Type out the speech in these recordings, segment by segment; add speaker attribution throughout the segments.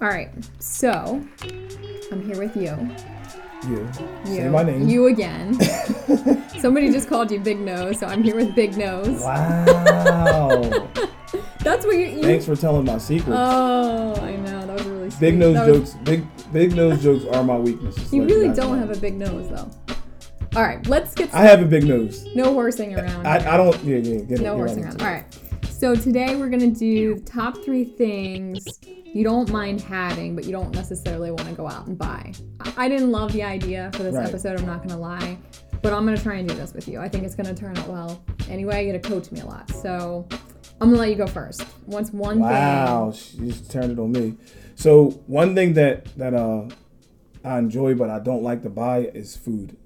Speaker 1: All right, so I'm here with you.
Speaker 2: You.
Speaker 1: You.
Speaker 2: Say my name.
Speaker 1: You again. Somebody just called you Big Nose, so I'm here with Big Nose.
Speaker 2: Wow.
Speaker 1: That's what you. you
Speaker 2: Thanks for telling my secrets.
Speaker 1: Oh, I know. That was really sweet.
Speaker 2: big nose
Speaker 1: That was-
Speaker 2: jokes. Big big nose jokes are my weakness. just
Speaker 1: You
Speaker 2: let
Speaker 1: really
Speaker 2: guys
Speaker 1: don't
Speaker 2: know.
Speaker 1: have a big nose, though. All right, let's get
Speaker 2: I have a big nose.
Speaker 1: no horsing around.
Speaker 2: I, I don't. Yeah, yeah. Get it,
Speaker 1: no
Speaker 2: get
Speaker 1: horsing around.
Speaker 2: on it.
Speaker 1: All right. So today we're gonna do top three things you don't mind having, but you don't necessarily want to go out and buy. I- I didn't love the idea for this
Speaker 2: Right.
Speaker 1: episode. I'm not gonna lie, but I'm gonna try and do this with you. I think it's gonna turn out well. Anyway, you're gonna coach me a lot, so I'm gonna let you go first. What's one
Speaker 2: Wow, she just turned it on me. So one thing that that uh I enjoy but I don't like to buy is food.
Speaker 1: thing?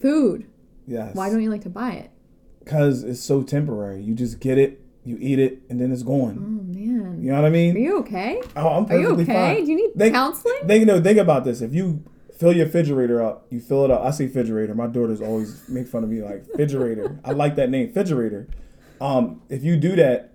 Speaker 1: Food.
Speaker 2: Yes.
Speaker 1: Why don't you like to buy it?
Speaker 2: Because it's so temporary. You just get it, you eat it, and then it's
Speaker 1: Oh
Speaker 2: gone.
Speaker 1: man.
Speaker 2: You know what I mean?
Speaker 1: Are you okay?
Speaker 2: Oh, I'm
Speaker 1: Are you
Speaker 2: perfectly
Speaker 1: okay?
Speaker 2: fine.
Speaker 1: Do you need
Speaker 2: They-
Speaker 1: counseling?
Speaker 2: Think, no, think about this. If you fill your refrigerator up, you fill it up. I say refrigerator. My daughters always make fun of me like refrigerator. I like that name, refrigerator. Um, if you do that,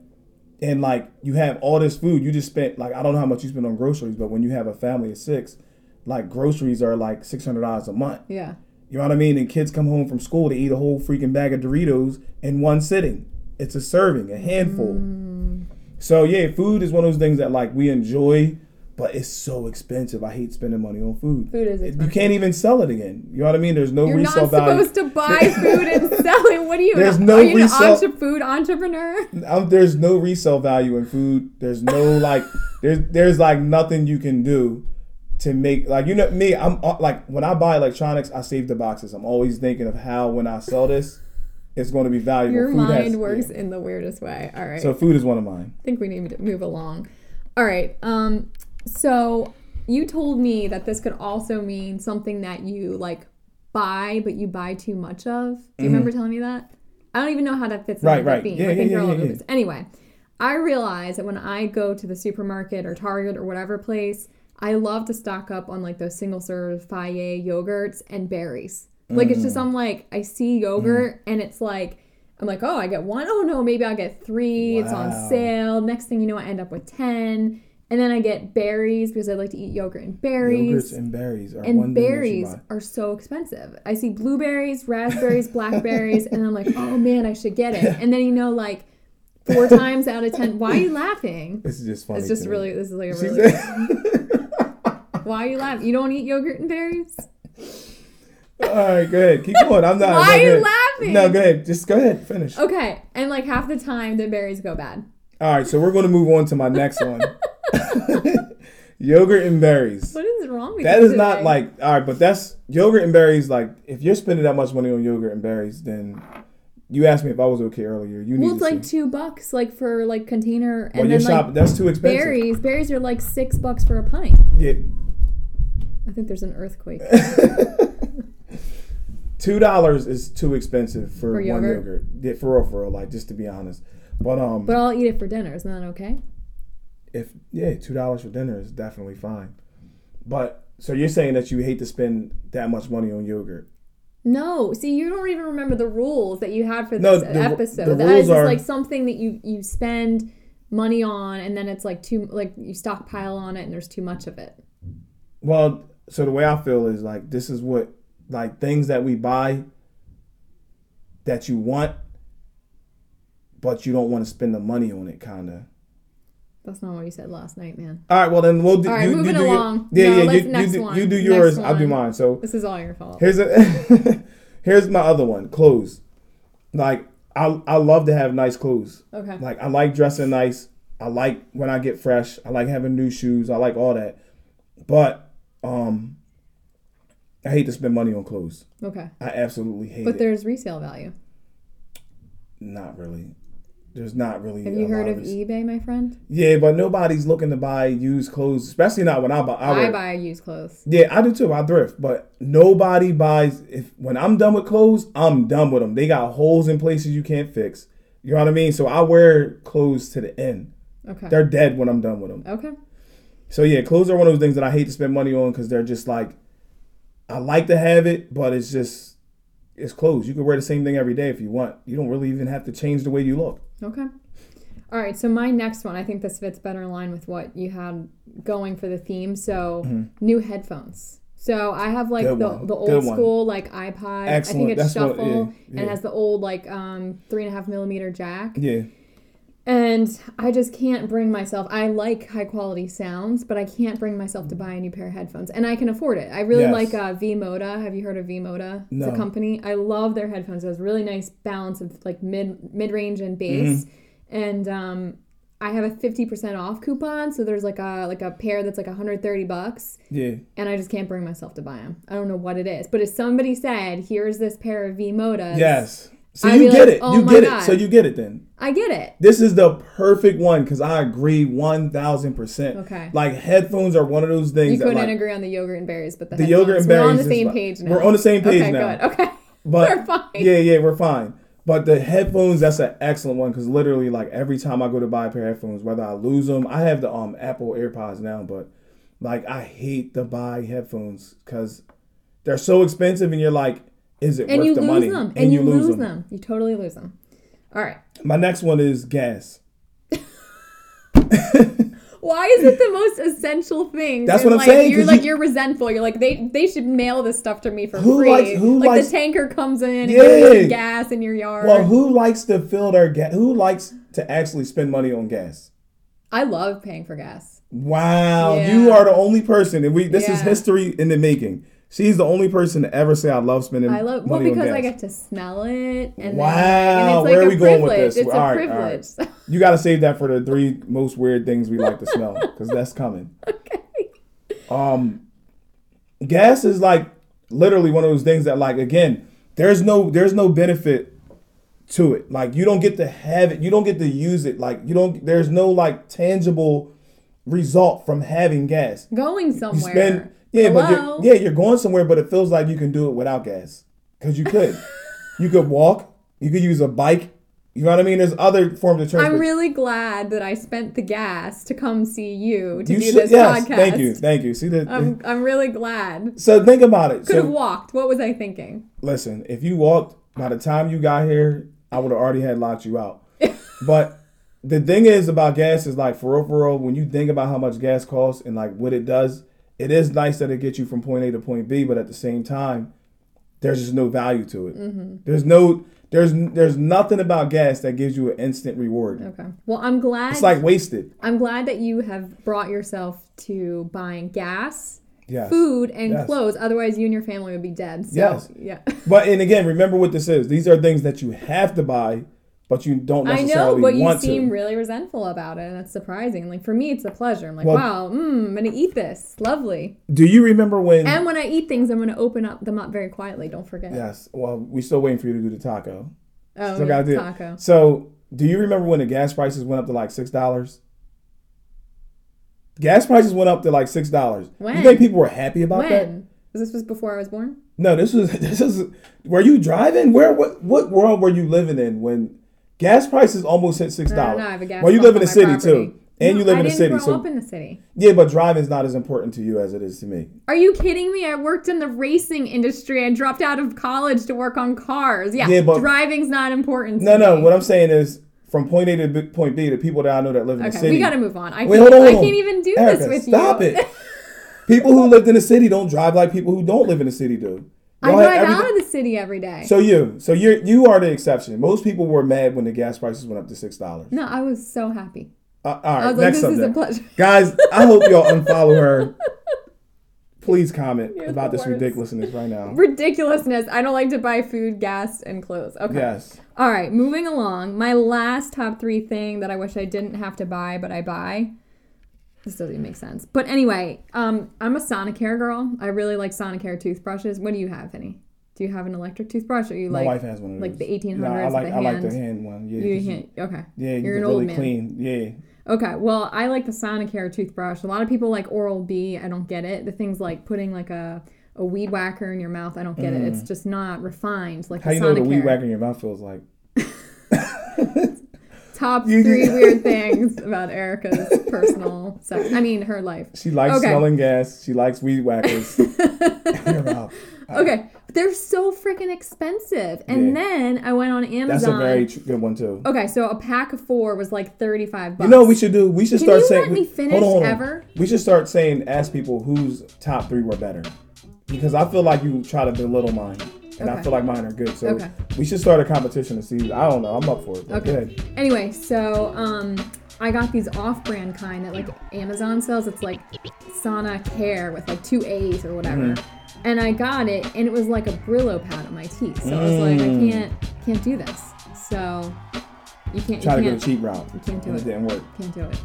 Speaker 2: and like you have all this food, you just spent like I don't know how much you spend on groceries, but when you have a family of six, like groceries are like six hundred dollars a month.
Speaker 1: Yeah.
Speaker 2: You know what I mean? And kids come home from school, they eat a whole freaking bag of Doritos in one sitting. It's a serving, a handful.
Speaker 1: Mm.
Speaker 2: So yeah, food is one of those things that like we enjoy, but it's so expensive. I hate spending money on food.
Speaker 1: Food is
Speaker 2: You
Speaker 1: expensive.
Speaker 2: can't even sell it again. You know what I mean? There's no
Speaker 1: You're not
Speaker 2: resale value.
Speaker 1: supposed to buy food and sell it. What are you?
Speaker 2: There's
Speaker 1: an-
Speaker 2: no
Speaker 1: are you
Speaker 2: resell-
Speaker 1: an entre- food entrepreneur?
Speaker 2: Um, there's no resale value in food. There's no like there's there's like nothing you can do to make like you know me. I'm uh, like when I buy electronics, I save the boxes. I'm always thinking of how when I sell this, it's going to be valuable.
Speaker 1: Your
Speaker 2: Food
Speaker 1: mind
Speaker 2: has-
Speaker 1: works
Speaker 2: yeah.
Speaker 1: in the weirdest way. All right.
Speaker 2: So food is one of mine.
Speaker 1: I think we need to move along. All right. Um. So you told me that this could also mean something that you like buy, but you buy too much of. Do you remember telling me that? I don't even know how that fits
Speaker 2: Mm-hmm. Right,
Speaker 1: into the
Speaker 2: right.
Speaker 1: theme.
Speaker 2: Yeah,
Speaker 1: I
Speaker 2: yeah,
Speaker 1: think
Speaker 2: yeah,
Speaker 1: they're all
Speaker 2: yeah,
Speaker 1: over the
Speaker 2: yeah.
Speaker 1: place. Anyway, I realize that when I go to the supermarket or Target or whatever place, I love to stock up on like those single serve Faye yogurts and berries. Like it's
Speaker 2: Mm.
Speaker 1: just I'm like I see yogurt and it's like I'm like oh I get one oh no maybe I'll get three it's on
Speaker 2: Wow.
Speaker 1: sale next thing you know I end up with ten and then I get berries because I like to eat yogurt and berries
Speaker 2: Yogurts and berries are
Speaker 1: and
Speaker 2: one
Speaker 1: berries
Speaker 2: thing that you buy.
Speaker 1: are so expensive. I see blueberries, raspberries, blackberries, and I'm like, oh man, I should get it. And then you know, like four times out of ten. Why are you laughing?
Speaker 2: This is just funny.
Speaker 1: It's just
Speaker 2: to me.
Speaker 1: really. This is like a
Speaker 2: She
Speaker 1: really.
Speaker 2: said-
Speaker 1: Why are you laughing? You don't eat yogurt and berries.
Speaker 2: All right, go ahead. Keep going. I'm not.
Speaker 1: Why are
Speaker 2: Uh, no, go
Speaker 1: you
Speaker 2: ahead.
Speaker 1: laughing?
Speaker 2: No, go ahead. Just go ahead. Finish.
Speaker 1: Okay, and like half the time the berries go bad.
Speaker 2: All right, so we're going to move on to my next one. yogurt and berries.
Speaker 1: What is wrong with
Speaker 2: That
Speaker 1: you
Speaker 2: is not
Speaker 1: today?
Speaker 2: like all right, but that's yogurt and berries. Like if you're spending that much money on yogurt and berries, then you asked me if I was okay earlier. You need
Speaker 1: Well, it's
Speaker 2: to
Speaker 1: like
Speaker 2: see.
Speaker 1: two bucks, like for like container,
Speaker 2: Well,
Speaker 1: and
Speaker 2: you're
Speaker 1: then like
Speaker 2: shopping. That's too expensive.
Speaker 1: berries. Berries are like six bucks for a pint.
Speaker 2: Yeah.
Speaker 1: I think there's an earthquake.
Speaker 2: two dollars is too expensive for, one
Speaker 1: yogurt?
Speaker 2: yogurt. Yeah, for real, for real. Like just to be honest, but um,
Speaker 1: But I'll eat it for dinner. Isn't that okay?
Speaker 2: if yeah, two dollars for dinner is definitely fine. But so you're saying that you hate to spend that much money on yogurt.
Speaker 1: No, see, you don't even remember the rules that you had for
Speaker 2: No,
Speaker 1: this
Speaker 2: the-
Speaker 1: episode.
Speaker 2: the
Speaker 1: that is
Speaker 2: rules
Speaker 1: just
Speaker 2: are-
Speaker 1: like something that you you spend money on, and then it's like too like you stockpile on it, and there's too much of it.
Speaker 2: Well, so the way I feel is like this is what like things that we buy that you want, but you don't want to spend the money on it, kind of.
Speaker 1: That's not what you said last night, man.
Speaker 2: All right, well then we'll do.
Speaker 1: All right,
Speaker 2: you,
Speaker 1: moving
Speaker 2: you do your-
Speaker 1: along.
Speaker 2: yeah,
Speaker 1: No,
Speaker 2: yeah.
Speaker 1: let's-
Speaker 2: you,
Speaker 1: next
Speaker 2: you, do,
Speaker 1: one.
Speaker 2: you do
Speaker 1: Next
Speaker 2: yours. I'll do
Speaker 1: one.
Speaker 2: mine. So
Speaker 1: This is all your fault.
Speaker 2: here's a here's my other one. Clothes. Like I I love to have nice clothes.
Speaker 1: Okay.
Speaker 2: Like I like dressing nice. I like when I get fresh. I like having new shoes. I like all that. But um I hate to spend money on clothes.
Speaker 1: Okay.
Speaker 2: I absolutely hate
Speaker 1: But
Speaker 2: it.
Speaker 1: there's resale value.
Speaker 2: Not really. There's not really.
Speaker 1: Have
Speaker 2: a
Speaker 1: you heard
Speaker 2: lot
Speaker 1: of E-
Speaker 2: res-
Speaker 1: eBay, my friend?
Speaker 2: Yeah, but nobody's looking to buy used clothes, especially not when I buy. I,
Speaker 1: I
Speaker 2: wear-
Speaker 1: buy used clothes.
Speaker 2: Yeah, I do too. I thrift, but nobody buys. If when I'm done with clothes, I'm done with them. They got holes in places you can't fix. You know what I mean? So I wear clothes to the end.
Speaker 1: Okay.
Speaker 2: They're dead when I'm done with them.
Speaker 1: okay.
Speaker 2: So yeah, clothes are one of those things that I hate to spend money on because they're just like, I like to have it, but it's just it's clothes. You can wear the same thing every day if you want. You don't really even have to change the way you look.
Speaker 1: Okay. All right. So my next one, I think this fits better in line with what you had going for the theme. So new headphones. So I have like
Speaker 2: Mm-hmm. Good
Speaker 1: the,
Speaker 2: one.
Speaker 1: the old
Speaker 2: Good one.
Speaker 1: school like iPod. I
Speaker 2: Excellent.
Speaker 1: think it's
Speaker 2: That's what-
Speaker 1: shuffle
Speaker 2: yeah,
Speaker 1: and it
Speaker 2: yeah.
Speaker 1: has the old like um three and a half millimeter jack.
Speaker 2: Yeah.
Speaker 1: And I just can't bring myself. I like high quality sounds, but I can't bring myself to buy a new pair of headphones. And I can afford it. I really
Speaker 2: Yes.
Speaker 1: like uh, V Moda. Have you heard of V Moda? It's
Speaker 2: No.
Speaker 1: a company. I love their headphones. It has really nice balance of like mid mid range and bass.
Speaker 2: Mm-hmm.
Speaker 1: And um, I have a fifty percent off coupon, so there's like a like a pair that's like hundred thirty bucks.
Speaker 2: Yeah.
Speaker 1: And I just can't bring myself to buy them. I don't know what it is, but if somebody said, "Here's this pair of V Modas,"
Speaker 2: Yes. So
Speaker 1: I'd
Speaker 2: you
Speaker 1: be
Speaker 2: get
Speaker 1: like,
Speaker 2: it.
Speaker 1: "Oh
Speaker 2: you
Speaker 1: my
Speaker 2: get
Speaker 1: God."
Speaker 2: it. So you get it then.
Speaker 1: I get it.
Speaker 2: This is the perfect one because I agree one thousand percent.
Speaker 1: Okay.
Speaker 2: Like headphones are one of those things.
Speaker 1: You
Speaker 2: that,
Speaker 1: couldn't
Speaker 2: like,
Speaker 1: agree on the yogurt and berries, but the,
Speaker 2: The yogurt
Speaker 1: headphones.
Speaker 2: and
Speaker 1: We're on
Speaker 2: berries.
Speaker 1: the
Speaker 2: is
Speaker 1: same
Speaker 2: like-
Speaker 1: page now.
Speaker 2: We're on the same page
Speaker 1: okay,
Speaker 2: now.
Speaker 1: Good. Okay.
Speaker 2: But
Speaker 1: We're fine.
Speaker 2: Yeah, yeah, we're fine. But the headphones, that's an excellent one because literally, like every time I go to buy a pair of headphones, whether I lose them, I have the um Apple AirPods now, but like I hate to buy headphones because they're so expensive, and you're like, is it
Speaker 1: And
Speaker 2: worth
Speaker 1: you
Speaker 2: the
Speaker 1: lose
Speaker 2: money?
Speaker 1: them. And, you, lose them. You totally lose them. All right.
Speaker 2: My next one is gas.
Speaker 1: Why is it the most essential thing?
Speaker 2: That's
Speaker 1: And,
Speaker 2: what I'm
Speaker 1: like,
Speaker 2: saying,
Speaker 1: You're
Speaker 2: 'cause
Speaker 1: like
Speaker 2: you-
Speaker 1: you, are resentful. You're like they they should mail this stuff to me for
Speaker 2: Who
Speaker 1: free.
Speaker 2: likes- who
Speaker 1: like
Speaker 2: likes-
Speaker 1: the tanker comes in and gives you
Speaker 2: Yeah.
Speaker 1: some gas in your yard.
Speaker 2: Well, who likes to fill their gas? Who likes to actually spend money on gas?
Speaker 1: I love paying for gas.
Speaker 2: Wow,
Speaker 1: Yeah.
Speaker 2: you are the only person, and we this is
Speaker 1: Yeah.
Speaker 2: history in the making. She's the only person to ever say I love spending.
Speaker 1: I love well
Speaker 2: money on
Speaker 1: because
Speaker 2: gas."
Speaker 1: I get to smell it and
Speaker 2: Wow,
Speaker 1: then, and it's like
Speaker 2: where
Speaker 1: a
Speaker 2: are we going with
Speaker 1: privilege.
Speaker 2: this?
Speaker 1: It's
Speaker 2: All
Speaker 1: a
Speaker 2: right, all right.
Speaker 1: privilege.
Speaker 2: You gotta save that for the three most weird things we like to smell, because that's coming.
Speaker 1: okay.
Speaker 2: Um, gas is like literally one of those things that, like, again, there's no there's no benefit to it. Like, you don't get to have it, you don't get to use it. Like, you don't. There's no like tangible result from having gas.
Speaker 1: Going somewhere.
Speaker 2: Spend yeah,
Speaker 1: Hello?
Speaker 2: but you're, yeah, you're going somewhere, but it feels like you can do it without gas, because you could. you could walk. You could use a bike. You know what I mean? There's other forms of transportation.
Speaker 1: I'm really glad that I spent the gas to come see you to
Speaker 2: You
Speaker 1: do
Speaker 2: should-
Speaker 1: this
Speaker 2: yes,
Speaker 1: podcast. Um,
Speaker 2: Thank you, thank you. See that?
Speaker 1: I'm, I'm really glad.
Speaker 2: so think about it.
Speaker 1: Could have
Speaker 2: So
Speaker 1: walked. What was I thinking?
Speaker 2: listen, if you walked by the time you got here, I would have already had locked you out. but the thing is about gas is like for real, for real. When you think about how much gas costs and like what it does, it is nice that it gets you from point A to point B. But at the same time, there's just no value to it.
Speaker 1: Mm-hmm.
Speaker 2: There's no there's there's nothing about gas that gives you an instant reward.
Speaker 1: Okay. Well, I'm glad.
Speaker 2: It's like wasted.
Speaker 1: I'm glad that you have brought yourself to buying gas,
Speaker 2: Yes.
Speaker 1: food, and
Speaker 2: Yes.
Speaker 1: clothes. Otherwise, you and your family would be dead. So,
Speaker 2: Yes.
Speaker 1: Yeah.
Speaker 2: But and again, remember what this is. These are things that you have to buy, but you don't
Speaker 1: I
Speaker 2: necessarily
Speaker 1: know, but you
Speaker 2: want
Speaker 1: seem
Speaker 2: to.
Speaker 1: really resentful about it, and that's surprising. Like for me, it's a pleasure. I'm like, wow,
Speaker 2: Well- Mm.
Speaker 1: mm, I'm gonna eat this. Lovely.
Speaker 2: Do you remember when?
Speaker 1: And when I eat things, I'm gonna open up them up very quietly. Don't forget.
Speaker 2: yes. Well, we still waiting for you to do the taco.
Speaker 1: Oh, yeah,
Speaker 2: Still gotta do it.
Speaker 1: taco.
Speaker 2: So, do you remember when the gas prices went up to like six dollars? Gas prices went up to like six dollars.
Speaker 1: When?
Speaker 2: You think people were happy about that?
Speaker 1: When? This was before I was born.
Speaker 2: No, this was this is. Were you driving? Where? What? What world were you living in when gas prices almost hit six
Speaker 1: I don't
Speaker 2: dollars?
Speaker 1: know. I have a gas.
Speaker 2: Well, you
Speaker 1: pump
Speaker 2: live in
Speaker 1: on
Speaker 2: the
Speaker 1: my
Speaker 2: city
Speaker 1: property.
Speaker 2: too, and
Speaker 1: No,
Speaker 2: you live
Speaker 1: I
Speaker 2: in the
Speaker 1: didn't
Speaker 2: city.
Speaker 1: Grow
Speaker 2: So
Speaker 1: up in the city.
Speaker 2: yeah, but driving's not as important to you as it is to me.
Speaker 1: Are you kidding me? I worked in the racing industry. I dropped out of college to work on cars. Yeah,
Speaker 2: Yeah, but-
Speaker 1: driving's not important. to
Speaker 2: No, no.
Speaker 1: me.
Speaker 2: What I'm saying is, from point A to b- point B, the people that I know that live in the
Speaker 1: okay,
Speaker 2: city.
Speaker 1: we got to move on. I
Speaker 2: Wait,
Speaker 1: can't,
Speaker 2: hold on.
Speaker 1: I can't even do this
Speaker 2: Erica,
Speaker 1: with
Speaker 2: stop
Speaker 1: you.
Speaker 2: it. people who lived in the city don't drive like people who don't live in the city do.
Speaker 1: I
Speaker 2: Y'all have
Speaker 1: drive
Speaker 2: everything-
Speaker 1: out of the city every day.
Speaker 2: So you, so you, you are the exception. Most people were mad when the gas prices went up to six dollars.
Speaker 1: no, I was so happy.
Speaker 2: Uh, all
Speaker 1: I
Speaker 2: right,
Speaker 1: was like,
Speaker 2: next
Speaker 1: this is a
Speaker 2: subject,
Speaker 1: pleasure.
Speaker 2: guys. I hope y'all unfollow her. Please comment
Speaker 1: You're
Speaker 2: about
Speaker 1: the
Speaker 2: this
Speaker 1: worst.
Speaker 2: ridiculousness right now.
Speaker 1: Ridiculousness. I don't like to buy food, gas, and clothes. Okay.
Speaker 2: Yes.
Speaker 1: All right, moving along. My last top three thing that I wish I didn't have to buy, but I buy. This doesn't even make sense. But anyway, um, I'm a Sonicare girl. I really like Sonicare toothbrushes. What do you have, any? Do you have an electric toothbrush? Or you
Speaker 2: My
Speaker 1: like
Speaker 2: wife has one of those.
Speaker 1: like the
Speaker 2: No,
Speaker 1: 1800s
Speaker 2: I like
Speaker 1: with
Speaker 2: I
Speaker 1: the
Speaker 2: like
Speaker 1: hand?
Speaker 2: the hand one. Yeah,
Speaker 1: You
Speaker 2: 'cause
Speaker 1: hand- okay.
Speaker 2: yeah, you
Speaker 1: You're
Speaker 2: can
Speaker 1: an old
Speaker 2: really
Speaker 1: man.
Speaker 2: clean. Yeah.
Speaker 1: Okay, well, I like the Sonicare toothbrush. A lot of people like Oral B. I don't get it. The things like putting like a a weed whacker in your mouth. I don't get it. It's just not refined like
Speaker 2: Mm. How
Speaker 1: the
Speaker 2: you know the weed
Speaker 1: Sonicare.
Speaker 2: whacker in your mouth feels like?
Speaker 1: top
Speaker 2: You-
Speaker 1: three
Speaker 2: you-
Speaker 1: weird things about Erica's personal sex. I mean, her life.
Speaker 2: She likes
Speaker 1: Okay.
Speaker 2: smelling gas. She likes weed whackers. In her mouth.
Speaker 1: Okay, but they're so freaking expensive. And
Speaker 2: Yeah.
Speaker 1: then I went on Amazon.
Speaker 2: That's a very tr- good one too.
Speaker 1: okay, so a pack of four was like thirty-five bucks.
Speaker 2: You know what we should do? We should
Speaker 1: Can
Speaker 2: start
Speaker 1: you
Speaker 2: saying.
Speaker 1: let me
Speaker 2: we-
Speaker 1: finish ever?
Speaker 2: We should start saying ask people whose top three were better, because I feel like you try to belittle mine, and I
Speaker 1: Okay.
Speaker 2: feel like mine are good. So
Speaker 1: Okay.
Speaker 2: we should start a competition to see. I don't know. I'm up for it. but
Speaker 1: Okay.
Speaker 2: go ahead.
Speaker 1: Anyway, so um, I got these off-brand kind that like Amazon sells. It's like Sana Care with like two A's or whatever.
Speaker 2: Mm-hmm.
Speaker 1: And I got it, and it was like a Brillo pad on my teeth. So I was like, I
Speaker 2: Mm.
Speaker 1: can't, can't do this. So you can't,
Speaker 2: Try
Speaker 1: you
Speaker 2: to go
Speaker 1: can't,
Speaker 2: the cheap route.
Speaker 1: can't do
Speaker 2: and
Speaker 1: it.
Speaker 2: didn't work.
Speaker 1: can't do it.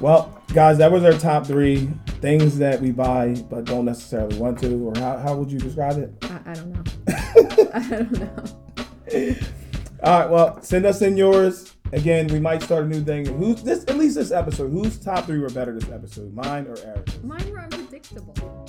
Speaker 2: Well, guys, that was our top three things that we buy but don't necessarily want to, or how, how would you describe it?
Speaker 1: I, I don't know. I don't know.
Speaker 2: All right, well, send us in yours. Again, we might start a new thing. Who's this? At least this episode. Whose top three were better this episode? Mine or Eric's?
Speaker 1: Mine were unpredictable.